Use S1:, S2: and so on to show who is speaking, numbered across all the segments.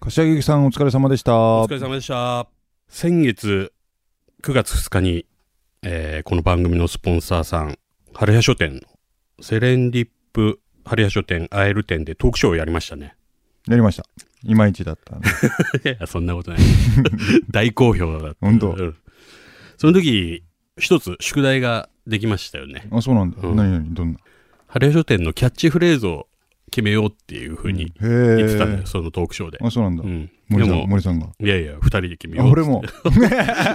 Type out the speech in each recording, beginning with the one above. S1: 柏木さんお疲れ様でした。
S2: お
S1: お
S2: 疲れ様でした。先月9月2日に、えーこの番組のスポンサーさん、春屋書店のセレンディップ春屋書店アエル店でトークショーをやりましたね。
S1: やりました。いまいちだったね。
S2: いやいや、そんなことない。 大好評だった。
S1: 本当
S2: うんその時、一つ宿題ができましたよね。
S1: あ、そうなんだ。
S2: うん
S1: 何々どんな。
S2: 春屋書店のキャッチフレーズを決めようっていうふう
S1: へ
S2: に言ってたんだよ、
S1: え。
S2: そのトークショーで。
S1: あ、そうなんだ
S2: う。ん。で
S1: 森さん、
S2: も、
S1: 森さんが。
S2: いやいや、二人で決め
S1: あ、
S2: ようっつって
S1: 俺も。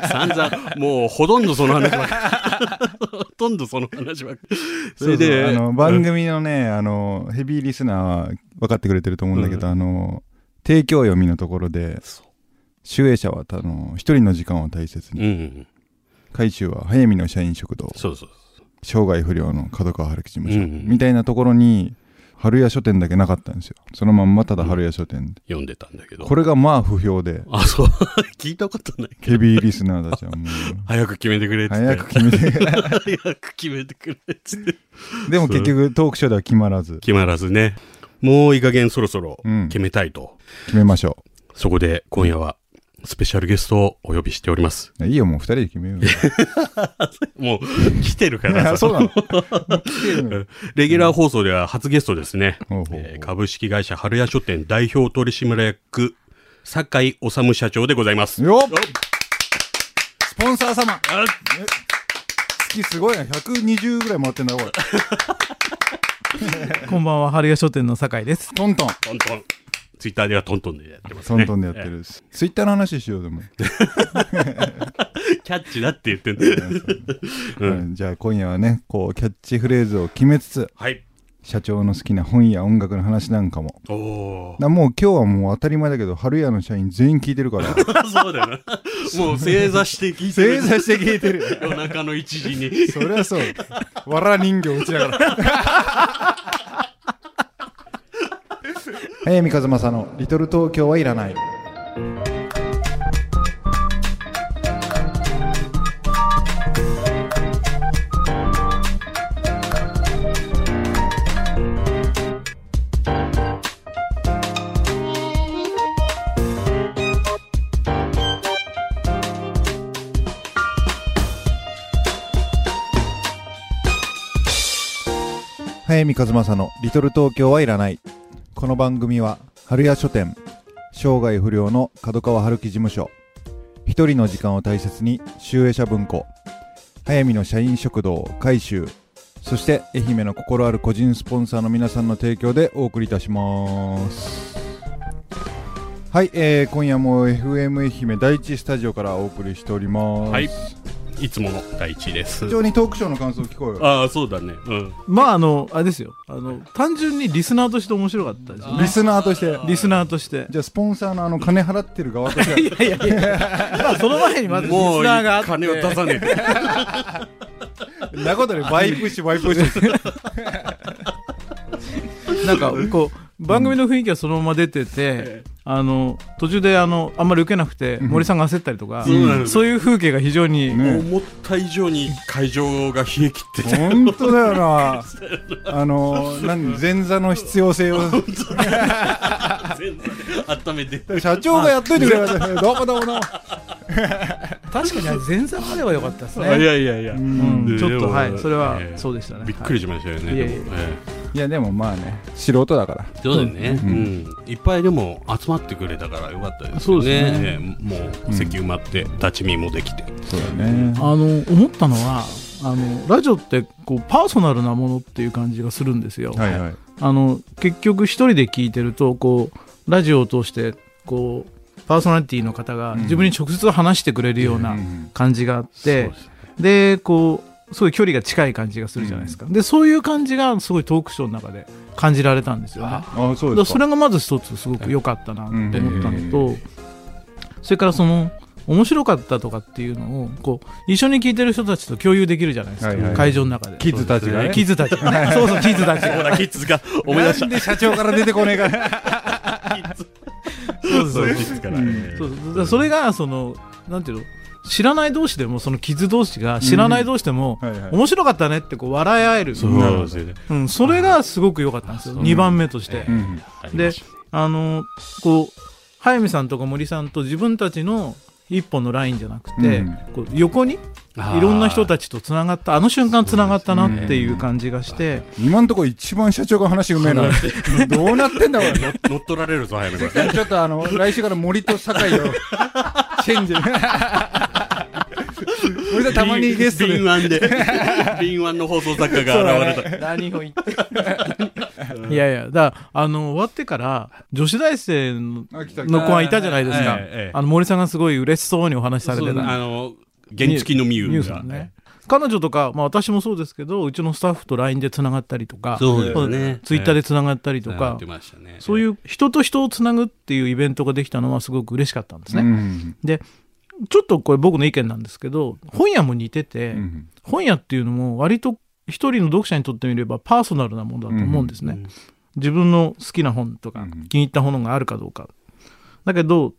S2: 散々、もうほとんどその話ばっかり。ほとんどその話ばっかり。それで、
S1: そうそうあの、
S2: う
S1: 番
S2: ん
S1: 組のね、あの、ヘビーリスナーは分かってくれてると思うんだけど、あの、提供読みのところで、
S2: そ
S1: 集英社は、あの、一人の時間を大切
S2: う
S1: に、
S2: うん。
S1: 回収は、早見の社員食堂、
S2: そうそう。
S1: 生涯不良の角川春樹事務所、
S2: うんうん
S1: みたいなところに、春屋書店だけなかったんですよ。そのまんまただ春屋書店で。
S2: 読んでたんだけど。
S1: これがまあ不評で、
S2: あ、そう。聞いたことない。
S1: ヘビーリスナーたちはも う、
S2: 早く決めてくれっつって。
S1: 早く決め て。
S2: 早く決めてくれっつって。
S1: でも結局トークショーでは決まらず、
S2: 決まらずね。もういい加減そろそろ
S1: うん
S2: 決めたいと。
S1: 決めましょ
S2: そこで今夜はスペシャルゲストをお呼びしております。
S1: う。いいよ、もう二人で決め ようよ。。
S2: もう来てるから さ
S1: そうな の来てるのよ
S2: レギュラー放送では初ゲストですね。
S1: ほうほうほう
S2: えー株式会社春屋書店代表取締役、酒井治社長でございます。
S1: よっ
S2: よっ
S1: スポンサー様
S2: あ
S1: 月すごいな、120ぐらい回ってんだ、これ。
S3: こんばんは、春屋書店の酒井です。
S1: トントン。
S2: トントン。ツイッターではトントンでやってます
S1: ト
S2: ね。
S1: ントンでやって
S2: え
S1: る。ツイッターの話しよう、でも。
S2: ー。 キャッチだって言ってんだ
S1: うんじゃあ今夜はね、こう、キャッチフレーズを決めつつ、
S2: はい。
S1: 社長の好きな本や音楽の話なんかも。
S2: おお。
S1: なもう今日はもう当たり前だけど、春屋の社員全員聞いてるから。
S2: そうだよな。 もう正座して聞いて
S1: 正
S2: る。
S1: 座して聞いてる。
S2: 夜中の1時に。
S1: そりゃそう。わら人形打ちなが ら。早見和正の「リトル東京はいらない」早見和正の「リトル東京はいらない」この番組は春屋書店生涯不良の角川春樹事務所一人の時間を大切に集英社文庫早見の社員食堂改修そして愛媛の心ある個人スポンサーの皆さんの提供でお送りいたしますはい、えー今夜も FM 愛媛第一スタジオからお送りしております、
S2: はいいつもの第一位です
S1: 非。常にトークショーの感想を聞こうよ
S2: ああ、そうだね。うん。
S3: まあ、あの、あれですよ。あの、単純にリスナーとして面白かったですよね。
S1: リスナーとして
S3: リスナーとして。
S1: じゃあスポンサーのあの金払ってる側と して
S3: いやいやいや、まあ、その前にまずリス
S2: もう
S3: ナーがあって。
S2: 金を出さねえ。
S1: なことでバイプッシュバイプッシ ュ
S3: なんか、こう、番組の雰囲気がそのまま出てて、あの、途中で、あの、あんまり受けなくて、森さんが焦ったりとか、
S2: そうなんです
S3: そういう風景が非常に、
S1: ね
S2: 思った以上に会場が冷え切ってて
S1: 本当だよ なあの何前座の必要性を
S2: 全然温めて
S1: 社長がやっといてくれましたどうもどうもどうも
S3: 確かにあれ前座までは良かったです
S2: いや
S3: ね。
S2: いやいや、
S3: うん
S2: で
S3: ちょっ
S2: で
S3: と、
S2: も
S3: はい、それは
S2: え、え
S3: そうでしたね。
S2: びっくりしましたよね、
S3: はい
S2: で
S3: いやい
S2: もえ
S1: いやでもまあね素人だから
S2: えそうだよね、うんいっぱいでも集まってくれたからよかったですよね
S3: そうですね
S2: ええもう席埋まって立ち見もできて、
S1: そうだね
S3: あの思ったのはあのラジオってこうパーソナルなものっていう感じがするんですよ。
S1: はいはい
S3: あの結局一人で聞いてるとこうラジオを通してこうパーソナリティの方が
S1: うん
S3: 自分に直接話してくれるような
S1: うん
S3: 感じがあっ
S2: そ
S3: て
S2: う、ですね
S3: でこうすごい距離が近い感じがするじゃないですか、でそういう感じがすごいトークショーの中で感じられたんですよね。だか
S1: あそうで
S3: ら
S1: す
S3: そ
S1: か
S3: れがまず一つすごく良かったなって思ったの
S1: う
S3: と、それからその面白かったとかっていうのをこう一緒に聞いてる人たちと共有できるじゃないですか、
S1: はいはい
S3: 会場の中で。
S1: キッズたちがね
S3: キッズたちがね。そうそう、キッズたち
S2: ほ
S3: が。
S2: らキッズが思い出し
S1: なんで社長から出てこねえから
S3: そう
S2: た
S3: そ
S2: そうう
S3: そ
S2: いううキッズから、
S3: そうだからそれが、その、なんていうの、知らない同士でも、そのキッズ同士が知らない同士でも、
S1: はいはい
S3: 面白かったねってこう笑い合える。
S2: そうなんですよね
S3: うん、それがすごく良かったんですよ。
S2: そう
S3: 2番目として。
S1: うん
S2: ありま
S3: で
S2: したね、
S3: あの、こう、早見さんとか森さんと自分たちの一本のラインじゃなくて、
S1: うん
S3: こう横にいろんな人たちとつながったあの瞬間つながったなっていう感じがして、
S1: 今んとこ一番社長が話うめえな。どうなってんだ、これ。
S2: ち。乗っ取られるぞ、早め が。
S1: ちょっとあの、来週から森と酒井を、チェンジ。森さんたまにゲストで
S2: 敏。腕で。敏腕の放送作家が現れた。
S4: 何を言って
S3: いやいやだからあの終わってから女子大生の
S1: あ来た来た
S3: の子がいたじゃないですか、
S2: ええええ
S3: あの森さんがすごい嬉しそうにお話しされ
S2: そ
S3: て
S2: う
S3: た
S2: あの、原付きのミ
S3: ニュ
S2: ュ
S3: ー
S2: ウ
S3: スの
S2: が。
S3: ね彼女とか、まあ、私もそうですけどうちのスタッフと LINE でつながったりとか
S2: そうですね
S3: ツイッターでつながったりと
S2: やっ
S3: か
S2: て、ましたね。
S3: そういう人と人をつなぐっていうイベントができたのはすごく嬉しかったんですね、
S1: うん
S3: でちょっとこれ僕の意見なんですけど本屋も似てて、
S1: うん
S3: 本屋っていうのも割と一人の読者にとってみればパーソナルなものだと思うんですね、
S2: うん
S3: 自分の好きな本とか
S1: うん
S3: 気に入った本があるかどうかだけど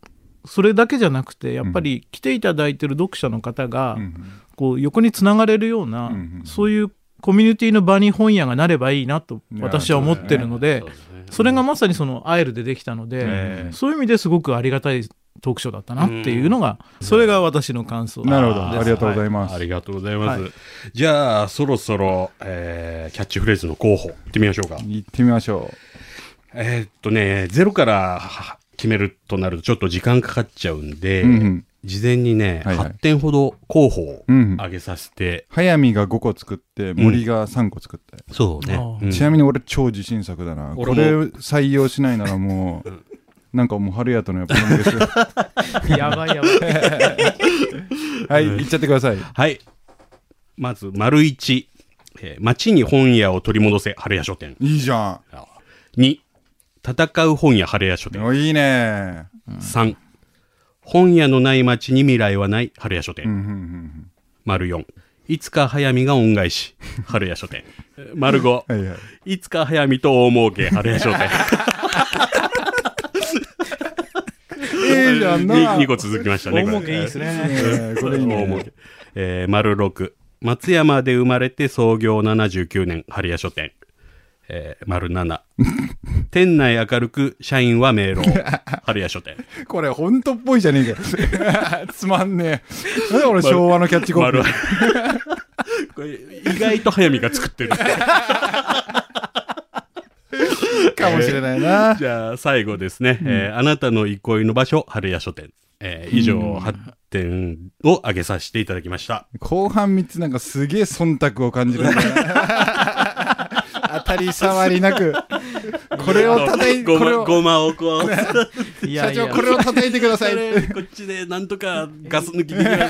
S3: それだけじゃなくてやっぱり来ていただいてる読者の方が、
S1: うん
S3: こう横につながれるような、
S1: うん
S3: そういうコミュニティの場に本屋がなればいいなと私は思ってるので、
S2: そうですね
S3: それがまさにそのアイルでできたので、
S1: ええ
S3: そういう意味ですごくありがたいトークショーだったなっていうのが、それが私の感想
S1: なるほど。
S2: あ
S1: あ
S2: ー
S1: りがとうございま
S2: あ
S1: す。
S2: りがとうございます。
S3: は
S2: じゃあ、そろそろ、えーキャッチフレーズの候補、行ってみましょうか。
S1: 行ってみましょ
S2: えーっとね、ゼロからは決めるとなるとちょっと時間かかっちゃうんで、
S1: う。うんうん
S2: 事前にね、
S1: はいはい
S2: 8点ほど候補を
S1: うん
S2: 上げさせて、
S1: 早見が5個作って、森が3個作って。
S2: そうね
S3: あー
S2: うん
S1: ちなみに俺超自信作だな。こ
S2: 俺も
S1: れ採用しないならもう、なんかもう春やとのやっぱなん ですよ
S3: やば いやばい
S1: はい、行っちゃってください。
S2: はい。まず、丸1、えー街に本屋を取り戻せ、春屋書店。
S1: いいじゃ
S2: 2、戦う本屋、春屋書
S1: ん。
S2: 店。
S1: おいいね。
S2: 3、本屋のない街に未来はない、春屋書店。
S1: うんうんうん
S2: 丸4、いつか早見が恩返し、春屋書店。 丸5、
S1: うん。はいはい。
S2: いつか早見と大儲け、春屋商店。
S1: いいじゃんな。
S2: 2個続きましたね。
S3: 大
S2: これ
S3: 儲けいいですね
S1: ねこれいい
S2: 大儲
S1: ね
S2: け。えー丸6、松山で生まれて創業79年、春屋書店。えー丸7、店内明るく、社員は明朗、春屋書店。
S1: これ本当っぽいじゃねえかよ。 つまんねえ。なんで俺昭和のキャッチコピ
S2: 丸
S1: ー。
S2: これ意外と早見が作って る。
S1: かもしれないな。
S2: じゃあ最後ですね、えーあなたの憩いの場所、春屋書店。えー以上8点を挙げさせていただきました。
S1: 後半3つなんかすげえ忖度を感じるんだ な当たり障りなく。これを叩い
S2: ご
S1: これ
S2: ま、
S1: を。
S2: ごまを こう。
S3: いや
S1: 社
S3: いや
S1: 長、これを叩いてください。
S2: それ こっちでなんとかガス抜きできません か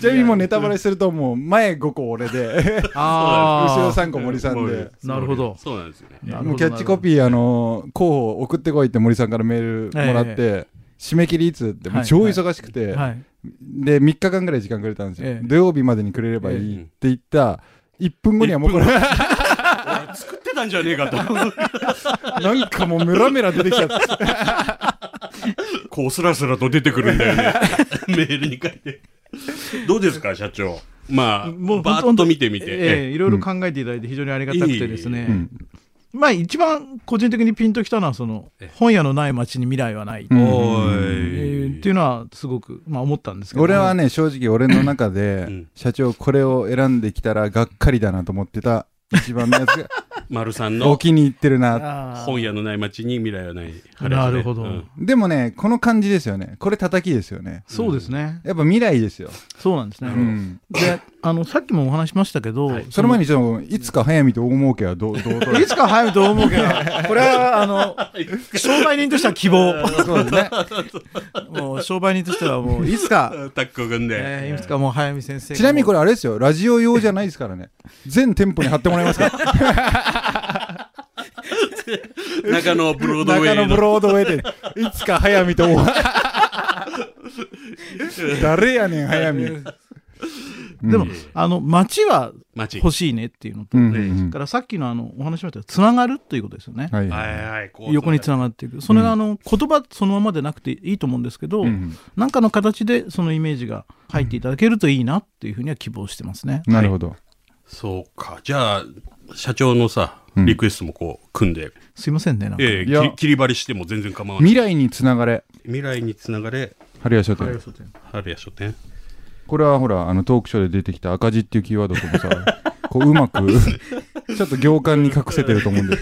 S1: ちなみにもうネタバレするともう前5個俺で
S3: あー
S1: 後ろ3個森さんで
S3: なるほど
S2: そうなんですよね
S3: なるほど
S1: もうキャッチコピーあの候補送ってこいって森さんからメールもらって、
S3: え
S1: 締め切りいつってもう超忙しくて、
S3: はい、
S1: で3日間ぐらい時間くれたんですよ、
S3: ええ
S1: 土曜日までにくれればいいって言った1分後にはもうこれ
S2: 作ってたんじゃねえかと
S1: なんかもうメラメラ出てきちゃって
S2: こうスラスラと出てくるんだよね メールに書いてどうですか社長まあ
S3: もう
S2: バーッと見てみて、
S3: ええいろいろ考えていただいて非常にありがたくてですね、
S1: うん
S3: まあ一番個人的にピンときたのはその
S2: ええ
S3: 本屋のない街に未来はない、
S1: うん
S2: おー
S3: え
S2: い、
S3: ーっていうのはすごく、まあ、思ったんですけど
S1: 俺はね正直俺の中
S2: う
S1: で
S2: ん
S1: 社長これを選んできたらがっかりだなと思ってた一番のやつ が
S2: 丸さん
S1: お
S2: の
S1: 気に入ってるなって
S3: あー
S2: 本屋のない街に未来はない
S3: なるほど
S2: うん
S1: でもね、この感じですよね。これ叩きですよね。
S3: そうですね、
S1: やっぱ未来ですよ。
S3: そうなんですね、
S1: うん。
S3: であのさっきもお話しましたけど、
S2: はい
S1: その前にちょっと、いつか早見と大儲けはどう、どうと
S3: いつか入ると思うけど、これは、あの、商売人としては希望。
S1: そう ですね。
S3: もう商売人としてはもう、いつか、
S2: タッグ組んで、
S3: えーいつかもう早見先生が。
S1: ちなみにこ
S3: れ、
S1: れあれですよ。ラジオ用じゃないですからね。全店舗に貼ってもらえますか
S2: 中野ブロードウェ
S1: 中
S2: イ
S1: 野
S2: の
S1: ブロードウェイで。いつか早見と大儲け。 誰やねん、早見。
S3: でも、あの、街は
S2: 街
S3: 欲しいねっていうのと、
S1: う
S3: だ
S1: んうん
S3: からさっきのあの、お話しましたけど、つながるということですよね。
S1: はい
S2: は
S1: はい
S2: はいこう
S3: 横につながっていく。それがあの、言葉そのままでなくていいと思うんですけど
S1: い。う、ん
S3: なんかの形でそのイメージが入っていただけるといいなっていうふうには希望してますね。
S1: なるほど。
S2: そうかじゃあ社長のさ
S1: うん
S2: リクエストもこう、組んで、
S3: すいませんねなんか
S2: え
S1: い
S2: え
S1: や
S2: 切り切り張りしても全然構わない。
S1: 未来につながれ
S2: 未来につながれ、
S1: 春屋書店、
S2: 春や書店。
S1: これはほらあのトークショーで出てきた赤字っていうキーワードとも さこううまくちょっと行間に隠せてると思うんで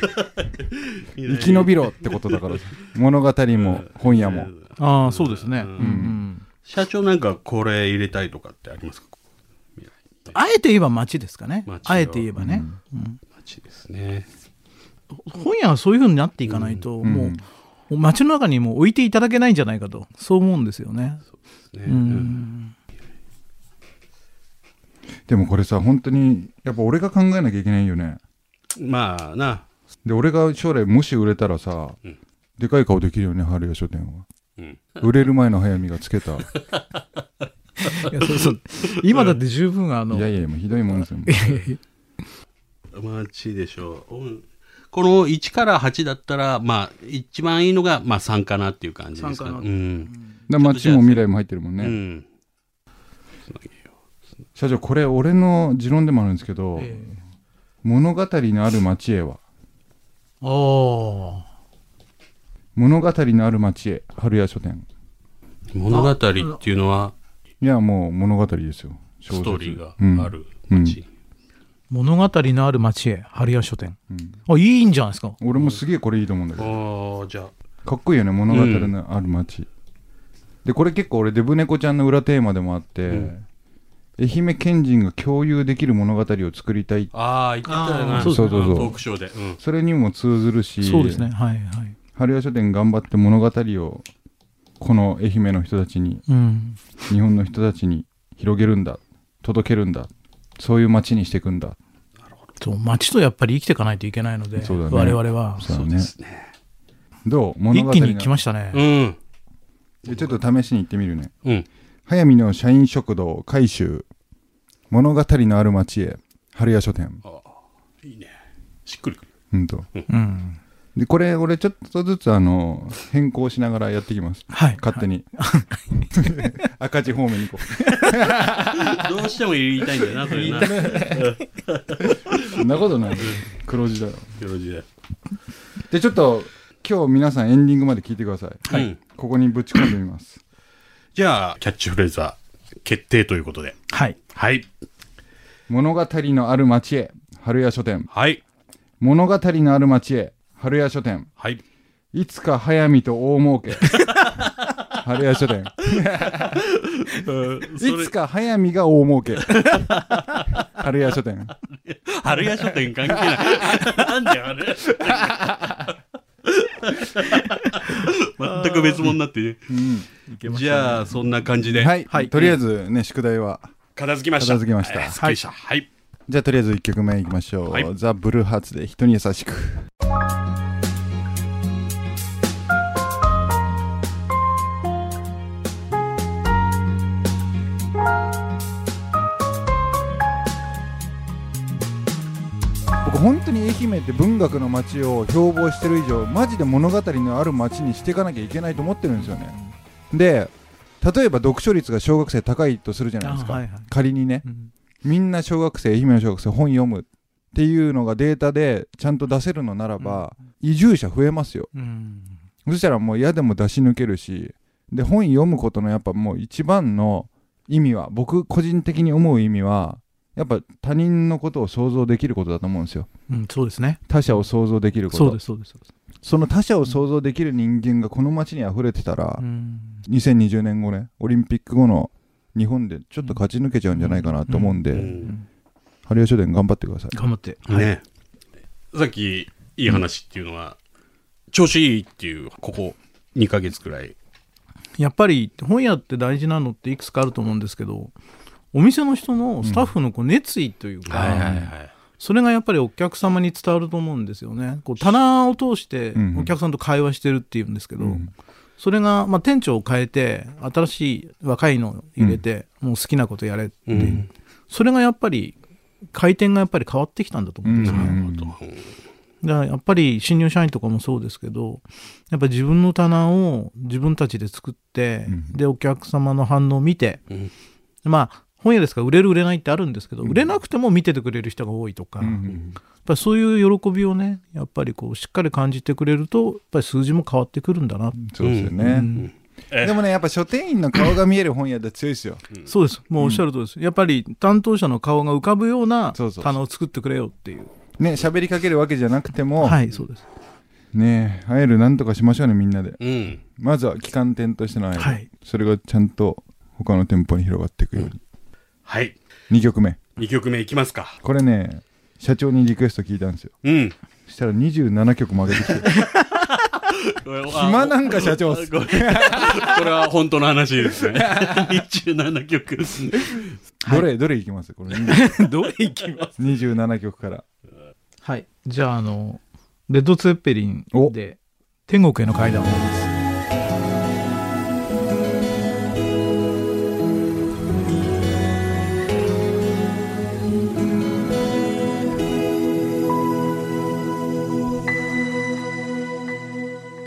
S1: 生き延びろってことだからさ物語も本屋も
S3: ああそうですね、
S2: ん
S3: うんうん
S2: 社長なんかこれ入れたいとかってありますか
S3: あえて言えば街ですかね
S2: 街は
S3: あえて言えばね、うん
S2: 街ですね。
S3: 本屋はそういうふうになっていかないと、
S1: ん
S3: もう街の中にもう置いていただけないんじゃないかとそう思うんですよね
S2: ね
S3: うん、
S1: でもこれさ本当にやっぱ俺が考えなきゃいけないよね
S2: まあな、
S1: で俺が将来もし売れたらさ、
S2: うん
S1: でかい顔できるよね春屋書店は
S2: うん、
S1: 売れる前の早見がつ けたい
S3: いやそうそう今だって十分あの
S1: やいやもうひどいもんですよもう
S2: 街でしょう。うんこの1から8だったら、まあ、一番いいのが、まあ、3かなっていう感じですかね。
S3: 三か
S2: うん。
S1: だ街も未来も入ってるもんね、
S2: うん。
S1: 社長これ俺の持論でもあるんですけど、
S3: ええ
S1: 物語のある町へは
S3: あ
S1: 物語のある町へ春屋書店
S2: 物語っていうのは、
S1: いやもう物語ですよ小
S2: ス
S1: 説
S2: トーリーがある街。
S3: 物語のある町へ春屋書店
S1: うん
S3: あいいんじゃないですか
S1: 俺もすげえこれいいと思うんだけど
S2: ああ、じゃあ、
S1: かっこいいよね物語のある町、でこれ結構俺デブ猫ちゃんの裏テーマでもあって、
S2: うん
S1: 愛媛県人が共有できる物語を作りたい
S2: ああ、言ってたよ
S3: あ
S2: な。
S3: ーそう
S1: そうそうそう
S2: トークショーで。うん。
S1: それにも通ずるし
S3: そうですねはいはい
S1: 春屋書店頑張って物語をこの愛媛の人たちに
S3: うん
S1: 日本の人たちに広げるんだ届けるんだそういう街にしていくんだ
S3: そう街とやっぱり生きていかないといけないので、
S1: そうだね
S3: 我々は
S1: そうだ
S2: そう
S1: ね
S2: ですね。
S1: どう物
S3: 一
S1: 語
S3: 気に来ま
S1: し
S3: したね、
S2: う
S1: た
S2: ん。
S1: ちょっと試しに行ってみるね
S2: うん。
S1: 早見の社員食堂改修物語のある町へ春屋書店
S2: いいね。しっくりくる。
S1: うんと
S3: うん、
S1: でこれ俺ちょっとずつあの変更しながらやっていきます
S3: はい
S1: 勝手に 赤字方面に行こ
S2: どうしても言いたいんだよな、それな。
S1: うそんなことない黒字だよ
S2: よろしいで
S1: でちょっと今日皆さんエンディングまで聞いてください、
S2: はい
S1: ここにぶち込んでみます
S2: じゃあ、キャッチフレーズは決定ということで。
S3: はい
S2: はい。
S1: 物語のある町へ春屋書店
S2: はい。
S1: 物語のある町へ春屋書店
S2: はい。
S1: いつか早見と大儲け春屋書店
S2: い
S1: いつか早見が大儲け春屋書店
S2: 春屋書店関係ない。 なんだよ、あれ。全く別物になってね。じゃあ、そんな感じで、
S1: はい、とりあえずね宿題は
S2: 片付きました。
S1: 片付きました
S2: はいすっきりした。はい。
S1: じゃあとりあえず1曲目いきましょう、
S2: はい
S1: ザ・ブルーハーツで人に優しく僕本当に愛媛って文学の街を標榜してる以上マジで物語のある街にしていかなきゃいけないと思ってるんですよねで例えば読書率が小学生高いとするじゃないですか、
S3: あはいはい
S1: 仮にね、
S3: うん
S1: みんな小学生愛媛の小学生本読むっていうのがデータでちゃんと出せるのならば、移住者増えますよ
S3: うん
S1: そしたらもう嫌でも出し抜けるしで本読むことのやっぱもう一番の意味は僕個人的に思う意味はやっぱ他人のことを想像できることだと思うんですよ
S3: うん、そうですね
S1: 他者を想像できること
S3: そうですそうですそうです、
S1: その他者を想像できる人間がこの街に溢れてたら
S3: う、ん、
S1: 2020年後ねオリンピック後の日本でちょっと勝ち抜けちゃうんじゃないかなと思うんで、
S2: う
S1: 春
S2: ん
S1: 春吉書店頑張ってください
S3: 頑張って、はい
S2: ね。さっき、いい話っていうのは、調子いいっていう、ここ2ヶ月くらい。
S3: やっぱり本屋って大事なのっていくつかあると思うんですけどお店の人のスタッフのこう熱意というか、
S2: はい。
S3: それがやっぱりお客様に伝わると思うんですよねこう棚を通して
S1: うん
S3: お客さんと会話してるっていうんですけど、
S1: うん
S3: それが、まあ、店長を変えて新しい若いのを入れて、もう好きなことやれって、
S2: うん。
S3: それがやっぱり回転がやっぱり変わってきたんだと思うんですよ、
S1: うん
S3: だからやっぱり新入社員とかもそうですけどやっぱ自分の棚を自分たちで作って、
S1: うん
S3: でお客様の反応を見て、
S2: うん
S3: まあ本屋ですから売れる売れないってあるんですけど、
S1: うん
S3: 売れなくても見ててくれる人が多いとか、
S1: う
S3: やっ
S1: ん
S3: ぱりそういう喜びをねやっぱりこうしっかり感じてくれるとやっぱり数字も変わってくるんだな、
S1: そうですよね、
S3: うん
S2: うん
S1: でもねやっぱ書店員の顔が見える本屋って強いですよ
S3: そうですもうおっしゃるとりです、やっぱり担当者の顔が浮かぶような
S1: そうそうそう
S3: 棚を作ってくれよっていう
S1: ね喋りかけるわけじゃなくても、
S3: はいそうです、
S1: ね会えるなんとかしましょうねみんなで
S2: うん。
S1: まずは旗艦店としての会える、
S3: はい
S1: それがちゃんと他の店舗に広がっていくように、
S2: はい。
S1: 2曲目
S2: 2曲目いきますか。
S1: これね社長にリクエスト聞いたんですよ
S2: うん。
S1: そしたら27曲も上げてきて暇なんか社長っす
S2: これこれは本当の話ですね。27曲。
S1: どれどれいきますこれ20
S2: どれいきます
S1: 27曲から
S3: はい、じゃああのレッド・ツェッペリンで「天国への階段を」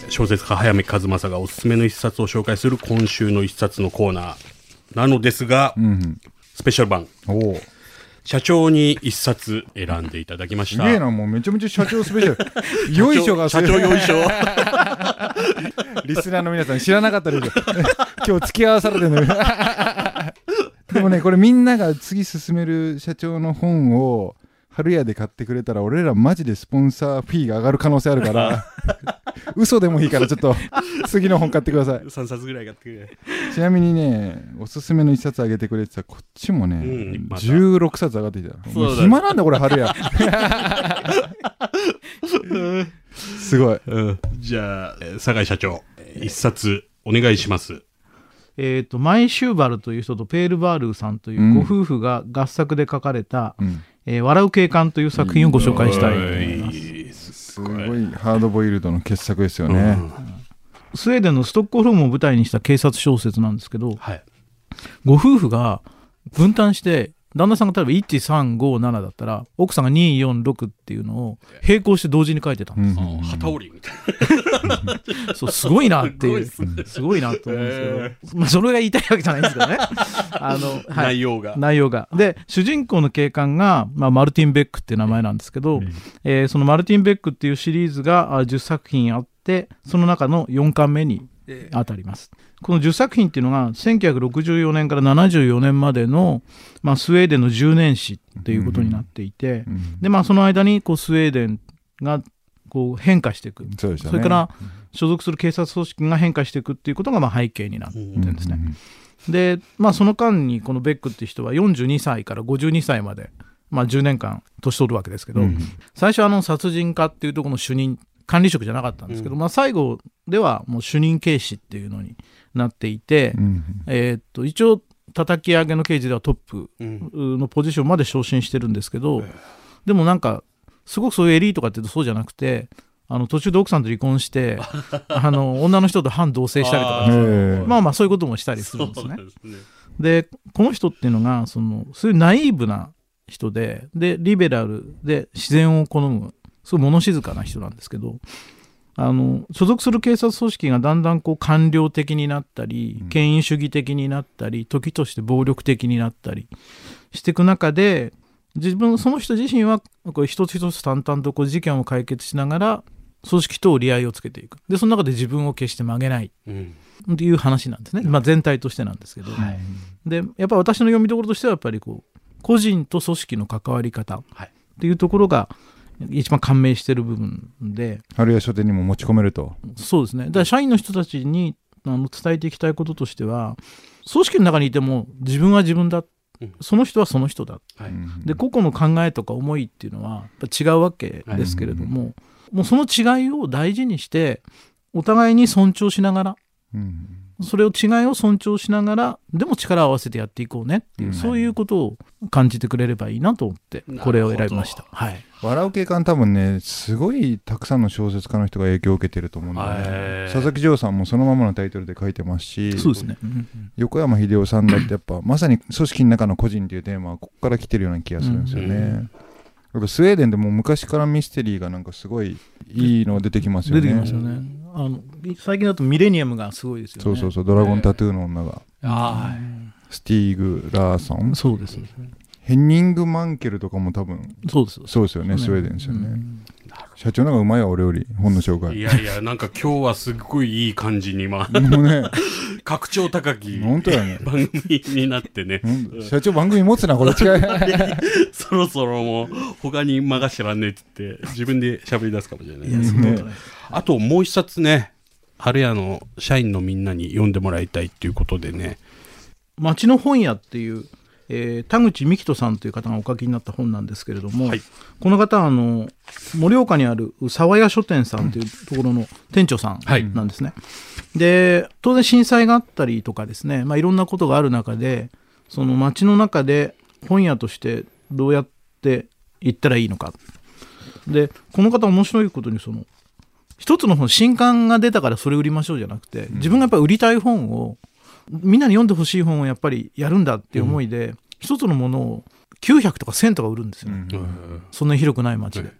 S2: 小説家早見和正がおすすめの一冊を紹介する今週の一冊のコーナーなのですが、
S1: うん
S2: スペシャル版
S1: うんおおす
S2: 社長に一冊選んでいただきました
S1: げえなもうめちゃめちゃ社長スペシャ ルよいしょが
S2: 社長よいしょ
S1: リスナーの皆さん知らなかったですよ 今日付き合わされてるのに でもねこれみんなが次進める社長の本を春屋で買ってくれたら俺らマジでスポンサーフィーが上がる可能性あるから 嘘でもいいからちょっと次の本買ってください
S2: 3冊ぐらい買ってくれ
S1: ちなみにねおすすめの1冊あげてくれてたこっちもね、
S2: うんまた
S1: 16冊上がってきた
S2: そうだ
S1: もう暇なんだこれ春 屋すごい
S2: うんじゃあえー酒井社長えー一冊お願いします
S3: えー、とマイ・シューバルという人とペール・バールーさんとい
S1: うん
S3: うご夫婦が合作で書かれた「
S1: うん
S3: えー笑う警官」という作品をご紹介したいと思います
S2: いす
S1: すごいハードボイルドの傑作ですよね、
S3: スウェーデンのストックホルムを舞台にした警察小説なんですけど
S2: はい
S3: ご夫婦が分担して旦那さんが例えば13357だったら奥さんが246っていうのを並行して同時に書いてたんです、
S1: うん
S2: 旗織りみたい
S3: そうすごいなっていう
S2: すごいっすね
S3: すごいなと思うんですけど、まあ、それが言いたいわけじゃないんですけどねあの、
S2: な
S3: はい
S2: 内容が
S3: 内容が。で、主人公の警官が、まあ、マルティン・ベックっていう名前なんですけど、えーそのマルティン・ベックっていうシリーズがあ10作品あって、その中の4巻目に当たります。この10作品っていうのが、1964年から74年までの、まあ、スウェーデンの10年史っていうことになっていて、
S1: うん
S3: で、まあ、その間にこうスウェーデンがこう変化していく。
S1: そうでしたね
S3: それから所属する警察組織が変化していくっていうことがまあ背景になってる
S2: うん
S3: んですね。で、まあ、その間にこのベックって人は42歳から52歳まで、まあ、10年間年取るわけですけど、
S1: うん
S3: 最初はあの殺人家っていうところの主任管理職じゃなかったんですけど、
S2: うん
S3: まあ、最後ではもう主任警視っていうのになっていて、
S1: うん
S3: えーっと一応叩き上げの刑事ではトップ
S2: うん
S3: のポジションまで昇進してるんですけど、
S2: ええ
S3: でもなんかすごくそういうエリートかっていうとそうじゃなくてあの途中で奥さんと離婚して あの女の人と反同棲したりとか
S1: ね
S2: ー
S3: まあまあそういうこともしたりす
S2: そ
S3: る
S2: うん
S3: ですね。
S2: ですね
S3: でこの人っていうのがそのそういうナイーブな人ででリベラルで自然を好むすごい物静かな人なんですけどあの所属する警察組織がだんだんこう官僚的になったり
S1: うん
S3: 権威主義的になったり時として暴力的になったりしていく中で自分その人自身はこう一つ一つ淡々とこう事件を解決しながら組織と折り合いをつけていくでその中で自分を決して曲げない
S2: うん
S3: っていう話なんですね、まあ、全体としてなんですけど。
S2: はい
S3: でやっぱ私の読みどころとしてはやっぱりこう個人と組織の関わり方っ
S2: はい
S3: ていうところが一番感銘してる部分で
S1: 春屋書店にも持ち込めると
S3: そうですねだから社員の人たちにあの伝えていきたいこととしては組織の中にいても自分は自分だ
S2: うん
S3: その人はその人だ
S2: はい
S1: うん
S3: で個々の考えとか思いっていうのはやっぱ違うわけですけれども、もうその違いを大事にしてお互いに尊重しながら
S1: うん
S3: それを違いを尊重しながらでも力を合わせてやっていこうねっていう、
S1: うん
S3: そういうことを感じてくれればいいなと思って
S2: なるほど
S3: これを選びましたはい
S1: 笑う警官多分ねすごいたくさんの小説家の人が影響を受けてると思うんだよね
S2: はい
S1: 佐々木嬢さんもそのままのタイトルで書いてますし
S3: そうですね、うん
S1: 横山秀夫さんだってやっ ぱまさに組織の中の個人っていうテーマはここから来てるような気がするんですよね、
S2: うん
S1: やっぱスウェーデンでも昔からミステリーがなんかすごいいいの出てきますよね
S3: 出てきますよ
S2: う
S3: ねあの最近だとミレニアムがすごいですよね
S1: そうそうそう「ドラゴンタトゥーの女が」
S2: あ
S1: スティーグ・ラーソン
S3: そうです
S1: ヘニング・マンケルとかも多分
S3: そうです
S1: そうですよねスウェーデンですよね、社長の方がうまいわ俺より本の紹
S2: い
S1: 介
S2: やいや、なんか今日はすっごいいい感じに、まあ、
S1: もう ね
S2: 拡張高き
S1: 本当やね
S2: 番組になってね
S1: う、ん社長番組持つなこれ違う
S2: そろそろもう他に間が知らねえって言って、自分で喋り出すかもしれない。
S1: やそんなことない
S2: あともう一冊ね、春屋の社員のみんなに読んでもらいたいっていうことでね、
S3: 町の本屋っていう、えー田口幹人さんという方がお書きになった本なんですけれども、
S2: はい
S3: この方はあの盛岡にある沢屋書店さんというところの店長さん
S2: はい
S3: なんですね。で当然震災があったりとかですね、まあ、いろんなことがある中でその町の中で本屋としてどうやって行ったらいいのか。でこの方面白いことにその一つの本新刊が出たからそれ売りましょうじゃなくて自分がやっぱり売りたい本をみんなに読んでほしい本をやっぱりやるんだっていう思いで、一つのものを900とか1000とか売るんですよ、
S1: うん
S3: そんなに広くない街で。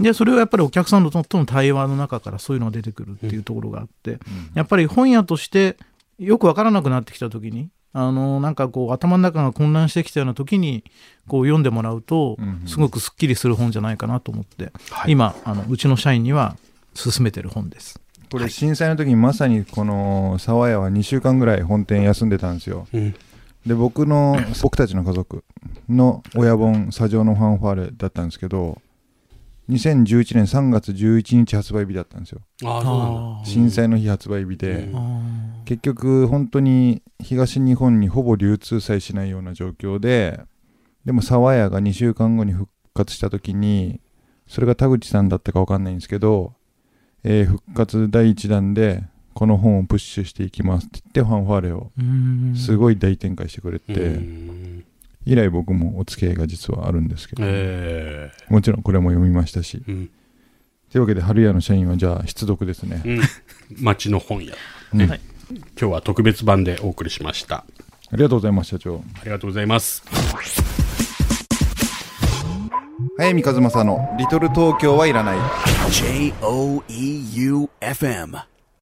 S3: でそれをやっぱりお客さんとの対話の中からそういうのが出てくるっていうところがあって、やっぱり本屋としてよくわからなくなってきた時にあのなんかこう頭の中が混乱してきたような時にこう読んでもらうと
S1: うんうん
S3: すごくすっきりする本じゃないかなと思って、
S2: はい
S3: 今あのうちの社員には勧めてる本です。
S1: これ震災の時にまさにこの沢屋は2週間ぐらい本店休んでたんですよ
S2: うん
S1: で僕の僕たちの家族の親本「砂上のファンファーレ」だったんですけど2011年3月11日発売日だったんですよ
S2: ああ、そ
S1: 震災の日発売日で、
S2: うん
S1: 結局本当に東日本にほぼ流通さえしないような状況ででも沢屋が2週間後に復活した時にそれが田口さんだったか分かんないんですけど、えー復活第1弾でこの本をプッシュしていきますって言ってファンファーレを
S3: うん
S1: すごい大展開してくれて、
S2: うなんだうん
S1: 以来僕もお付き合いが実はあるんですけど、
S2: え
S1: もちろんこれも読みましたし
S2: えうん
S1: というわけで春屋の社員はじゃあ必読ですね、
S2: うん町の本屋。
S1: うん
S3: はい
S2: 今日は特別版でお送りしました。
S1: ありがとうございます社長
S2: ありがとうございます。
S1: 早見和正の「リトル東京はいらない」
S4: J O E U F M.